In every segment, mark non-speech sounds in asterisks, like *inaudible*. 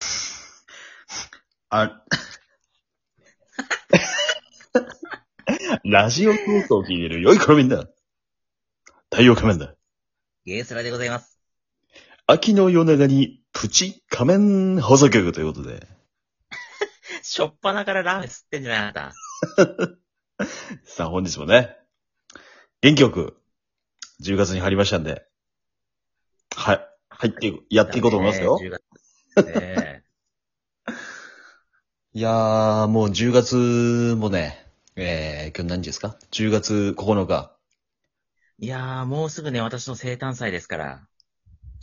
*laughs* あ、ラジオ放送を聞いてる良い子のみんな。太陽仮面だ。ゲースラでございます。秋の夜長にプチ仮面補足ということで。しょっぱなからラーメン吸ってんじゃないあなた。さあ本日もね、元気よく10月に入りましたんで、はい、入ってい、やっていこうと思いますよ。ねえ10月ねいやー、もう10月もね、えー、今日何日ですか ?10 月9日。えいやー、もうすぐね、私の生誕祭ですから。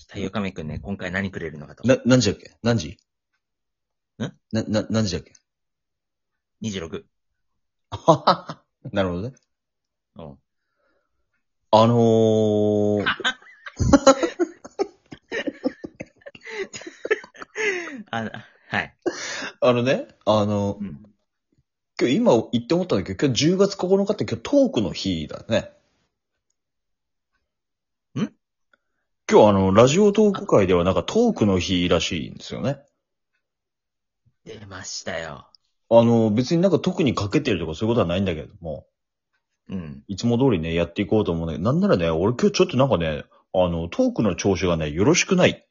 太陽亀くんね、今回何くれるのかと。な、何時だっけ何時んな、な、何時だっけ26。 *laughs* なるほどね。うん。あのー、あ、はい。あのね、あの、うん。今日今言って思ったんだけど、今日10月9日って今日トークの日だね。ん今日あの、ラジオトーク会ではなんかトークの日らしいんですよね。出ましたよ。あの、別になんか特にかけてるとかそういうことはないんだけども、うん。いつも通りね、やっていこうと思うんだけど、なんならね、俺今日ちょっとなんかね、あの、トークの調子がね、よろしくない。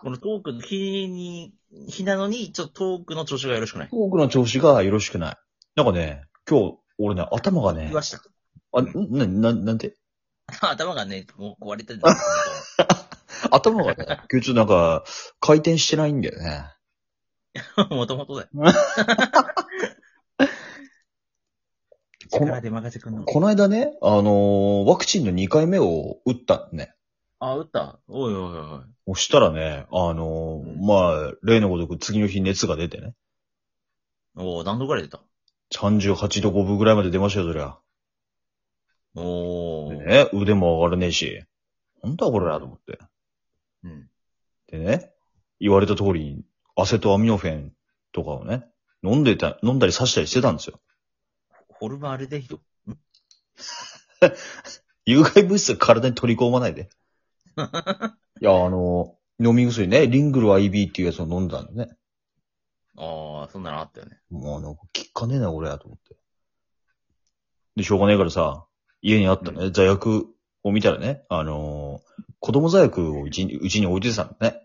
このトークの日に、日なのに、ちょっとトークの調子がよろしくない。トークの調子がよろしくない。なんかね、今日、俺ね、頭がね言、わした。 *laughs* あ、んな、な、なんて頭がね、もう壊れ *laughs* てるんだけ頭がね、今日ちょっとなんか、回転してないんだよね。どもとも *laughs* とだよ。こ力で任せくんの。この間ね、あのーワクチンの2回目を打ったね。あ、打った。おいおいおいおい。そしたらね、あのーうんまあ、例のごとく次の日熱が出てね。おー、何度くらい出た38度5分ぐらいまで出ましたよ、そりゃ。おー。でね、腕も上がらねえし。なんだこれだと思って。うん。でね、言われた通り、アセトアミノフェンとかをね、飲んでた、飲んだり刺したりしてたんですよ。ホルマルデヒド。有害物質が体に取り込まないで。いや、あのー飲み薬ね、リングル IB っていうやつを飲んだんでね。ああ、そんなのあったよね。 *laughs* もうなんか効かねえな、俺やと思って。で、しょうがねえからさ、家にあったね、座薬を見たらね、あのー子供座薬をうちに、うちに置いてたんだね。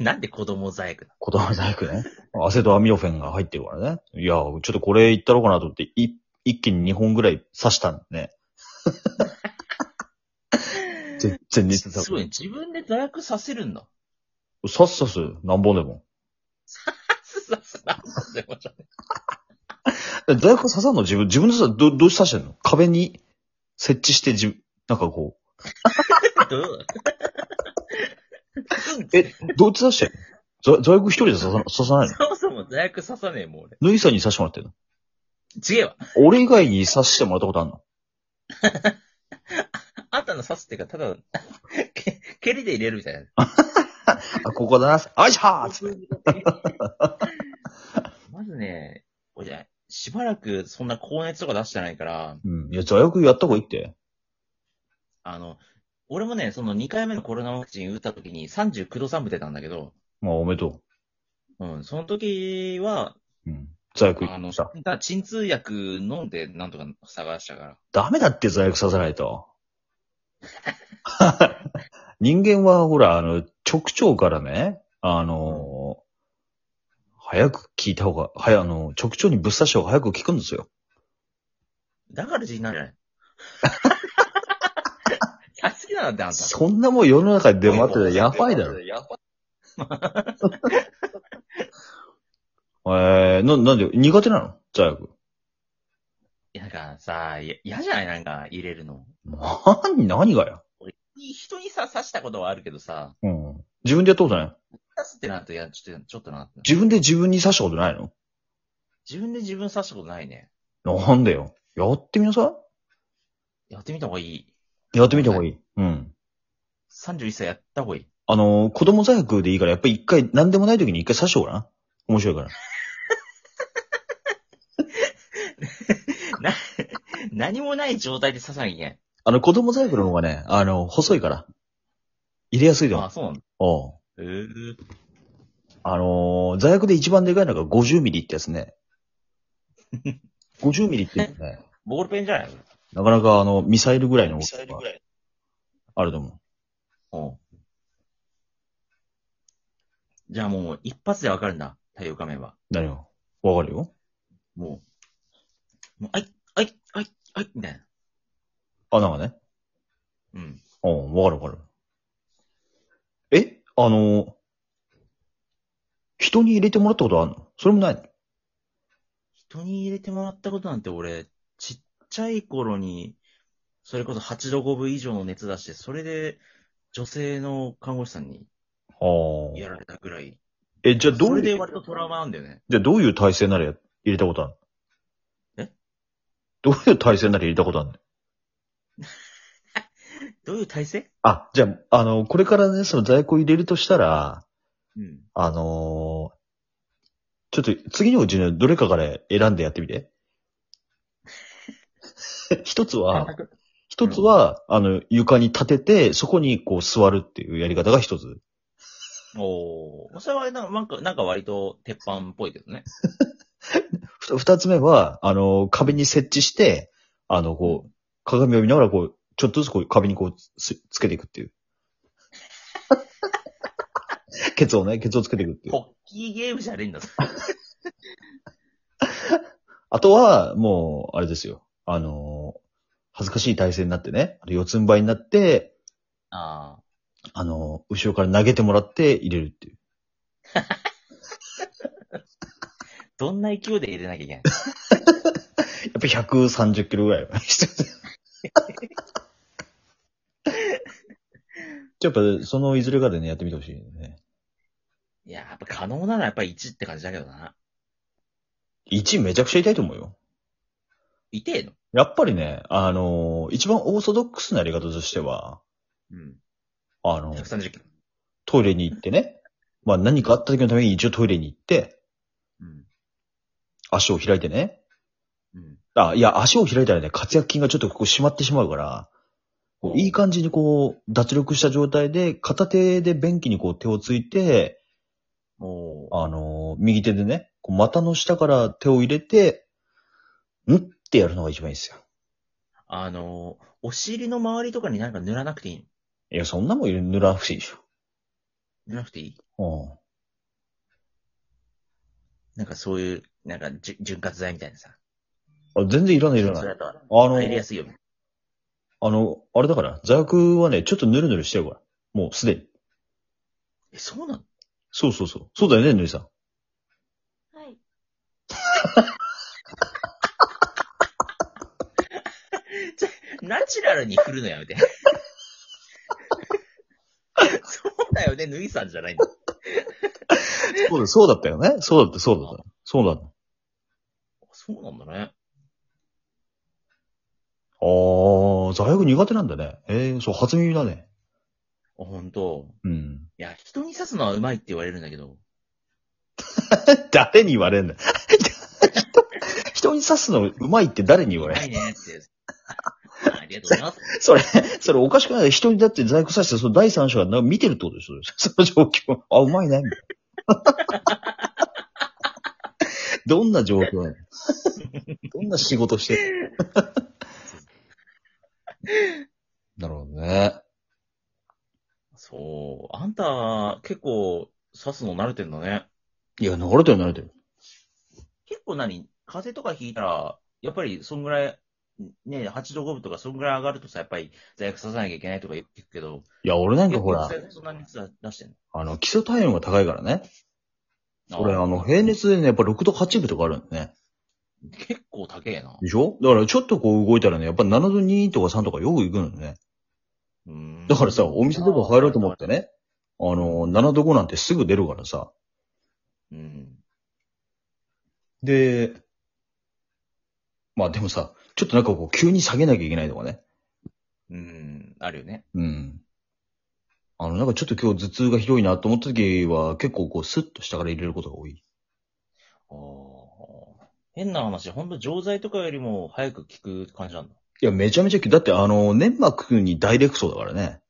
なんで子供細工だ子供座薬ね。アセトアミオフェンが入ってるからね。いや、ちょっとこれいったろうかなと思って、い一気に2本ぐらい刺したんだ *laughs* ね。全然熱出た。すごいね。自分で座薬させるんだ。刺す刺す、何本でも。さすがでもさえ座薬刺さんの自分、自分でさ、ど、どうして刺してんの壁に設置して、じゅ、なんかこ *laughs* どういう *laughs* ことだうんう、え、どうやって刺してんの座座薬一人で刺さな刺さないのそもそも座薬ささねえもん俺。ぬいさんに刺してもらってんの違えわ。俺以外に刺してもらったことあんのあんたの刺すっていうか、ただ、け蹴りで入れるみたいな。あ、ここだな。あいしゃーっつって。 *laughs* まずね、俺じゃ、しばらくそんな高熱とか出してないから、うん。いや、座薬やった方がいいって。あの、俺もね、その2回目のコロナワクチン打った時に39度3分出たんだけど、まあ、おめでとうん、その時は、う。うん。座薬あの、さ。だ鎮痛薬飲んでなんとか探したから。ダメだって座薬刺さないと。 *laughs* 人間は、ほら、あの、直腸からね、あのー早く聞いた方が、早、あの、直腸にぶっ刺した方が早く効くんですよ。だから地になるじゃない。 *laughs* さすがなんだってあんた。そんなもん世の中に出回ってたらやばいだろ。。やばい。えー、な、なんで、苦手なの座薬。いやなんかさ、いや嫌じゃないなんか入れるの。な、何がよ。人にさ、刺したことはあるけどさ、うん。自分でやったことない刺すってなると、いや、ちょっと、ちょっとなって。自分で自分に刺したことないの自分で自分刺したことないね。なんだよ。やってみなさやってみた方がいい。い。やってみた方がいい。うん。 31歳やった方がいい。あのー子供座薬でいいから、やっぱり一回、なんでもない時に一回刺しようかな。面白いから。何もない状態で刺さないね。あの、子供座薬の方がね、あの、細いから。入れやすいであも。そうなんだ。おうえー、あのー、座薬で一番でかいのが50ミリってやつ *laughs* ね。50ミリって言うとね、ボールペンじゃないなかなかあの、ミサイルぐらいの大ミきサさイルがぐらい。あると思おうじゃあもう一発でわかるんだ。太陽仮面は。う。何をわかるよもう。もう、あい、あい、あい、あい、みたいな。あ、なんかね。うん。うん、わかるわかる。えあのー、人に入れてもらったことあるのそれもないの人に入れてもらったことなんて俺、ちっちゃい頃に、それこそ8度5分以上の熱出して、それで女性の看護師さんにあやあ。られたぐらい。え、じゃあどそうれいでう、割とトラウマなんだよね。じゃあどういう体勢ならや入れたことあるのえどういう体勢なら入れたことあるのどういう体勢あ、じゃあ、あの、これからね、その座薬を入れるとしたら、うん。あのーちょっと次のうちのどれかから選んでやってみて。 *laughs* 一つは、一つは、あの、床に立てて、そこにこう座るっていうやり方が一つ。おお、それはなんか、なんか割と鉄板っぽいけどね。ふた二つ目は、あの、壁に設置して、あの、こう、鏡を見ながら、こう、ちょっとずつこう壁にこうつ、つけていくっていう。ケツをね、ケツをつけていくっていう。ポッキーゲームじゃねえ *laughs* んだぞ。あとは、もう、あれですよ。あのー恥ずかしい体勢になってね、あの四つん這いになって、ああ。あのー後ろから投げてもらって入れるっていう。どんな勢いで入れなきゃいけなやっいぱり130キロぐらいは *laughs* 必要だよちょっとやっぱ、そのいずれかでね、やってみてほしいね。いや、やっぱ可能ならやっぱり1って感じだけどな。 1めちゃくちゃ痛いと思うよ。痛えのやっぱりね、あのー一番オーソドックスなやり方としては、うん。あの、 130キロ。トイレに行ってね、まあ何かあった時のために一応トイレに行って、うん。足を開いてね、うん。あ、いや、足を開いたらね、活躍筋がちょっとここ締まってしまうから、こういい感じにこう、脱力した状態で、片手で便器にこう手をついて、おーあのー右手でね、こう股の下から手を入れて、んってやるのが一番いいですよ。あのー、お尻の周りとかになんか塗らなくていいのいや、そんなもん塗らなくていいでし塗らなくていいょ。なんかそういう、なんかじゅ潤滑剤みたいなさ。うん。あ全然いらない、いらなそい。れだとあの、入りやすいよ。あの、あれだから、座薬はね、ちょっとぬるぬるしてるから。もうすでに。え、そうなのそうそうそう。そうだよね、ぬりさん。はい。ナチュラルに振るのや *laughs* めて。そうだよね、ぬいさんじゃないんだ。そうだ、そうだったよね。そうだった、そうだった。そうだった。そうなんだね。あー、座薬苦手なんだね。えー、そう、初耳だね。あ、ほんと。うん。いや、人に刺すのはうまいって言われるんだけど。誰に言われんだ *laughs* 人人に刺すのうまいって誰に言わうれまんいねって。 *laughs* あありがとうございます。 *laughs* それ、それおかしくない人にだって座薬刺して、その第三者がな見てるってことでしょ *laughs* その状況。あ、うまいね。 *laughs* みたいなどんな状況な *laughs* のどんな仕事してる *laughs* なるほどね。そう。あんた、結構、刺すの慣れてんだね。いや、慣れてる慣れてる。結構何風邪とかひいたら、やっぱり、そんぐらい、ね、8度5分とか、そんぐらい上がるとさ、やっぱり、座薬刺さなきゃいけないとか言ってるけど。いや、俺なんかほら結、構そんなに熱出してんあの、基礎体温が高いからね。の俺、あの、平熱でね、やっぱ6度8分とかあるんだね。結構高えな。でしょだから、ちょっとこう動いたらね、やっぱ7度2とか3とかよく行くのね。うーんだからさ、お店とか入ろうと思って。ね、あの、7度5なんてすぐ出るからさ。うん。で、まあでもさ、ちょっとなんかこう、急に下げなきゃいけないとかね。うん。あるよね。うん。あの、なんかちょっと今日頭痛がひどいなと思った時は、結構こう、スッと下から入れることが多い。あー変な話、ほんと錠剤とかよりも早く効く感じなんだ。 *laughs* いや、めちゃめちゃ、だってあの、粘膜にダイレクトだからね。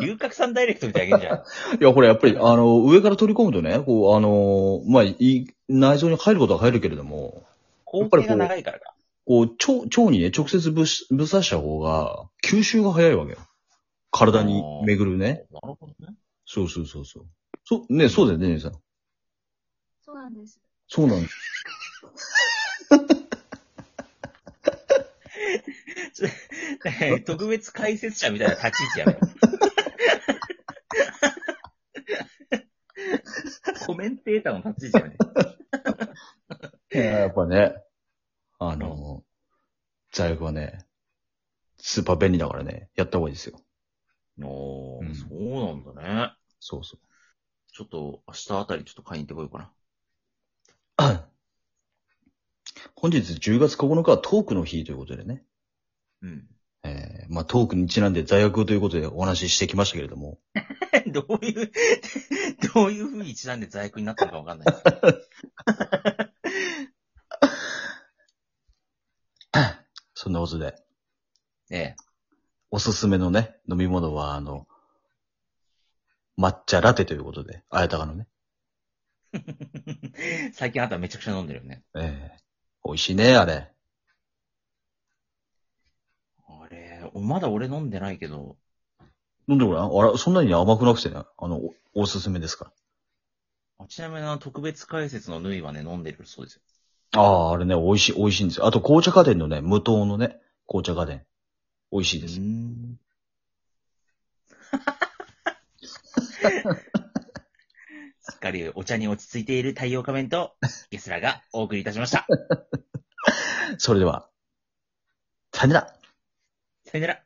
遊郭さんダイレクトみたいなげんじゃん。い *laughs* や、これやっぱり、あの、上から取り込むとね、こう、あの、まあ、い内臓に入ることは入るけれども、工程が長いからか。こう、腸、腸にね、直接ぶしぶっ刺した方が、吸収が早いわけよ。体に巡るね。なるほどね。そうそうそうそう。そう、ね、そうだよね、姉さん。そうなんです。そうなんです。 *laughs* 特別解説者みたいな立ち位置やめろ。コメンテーターの立ち位置やめろ。いややっぱね、あの、座薬はね、スーパー便利だからね、やった方がいいですよ。おうんー、そうなんだね。そうそう。 *clears throat* ちょっと明日あたりちょっと買いに行ってこようかな。本日10月9日はトークの日ということでね、うん。えー、まあ、トークにちなんで座薬ということでお話ししてきましたけれども、 *clears throat* *laughs* どういう、どういう風にちなんで在庫になったのかわかんない。そんなことで、ええ。おすすめのね、飲み物は、あの、抹茶ラテということで、あやたかのね、最近あなためちゃくちゃ飲んでるよね。えー、美味しいね、あれ。あれ、まだ俺飲んでないけど、飲んでごらん。あら、そんなに甘くなくてね、あの、おおすすめですかちなみにあの特別解説の縫いはね、飲んでるそうですよ。ら。ああー、あれね、美味しい、美味しいんですよ。あと、紅茶家電のね、無糖のね、紅茶家電。美味しいです。うー *laughs* んすっかりお茶に落ち着いている太陽仮面とゲスラがお送りいたしました。それでは、さよならさよなら。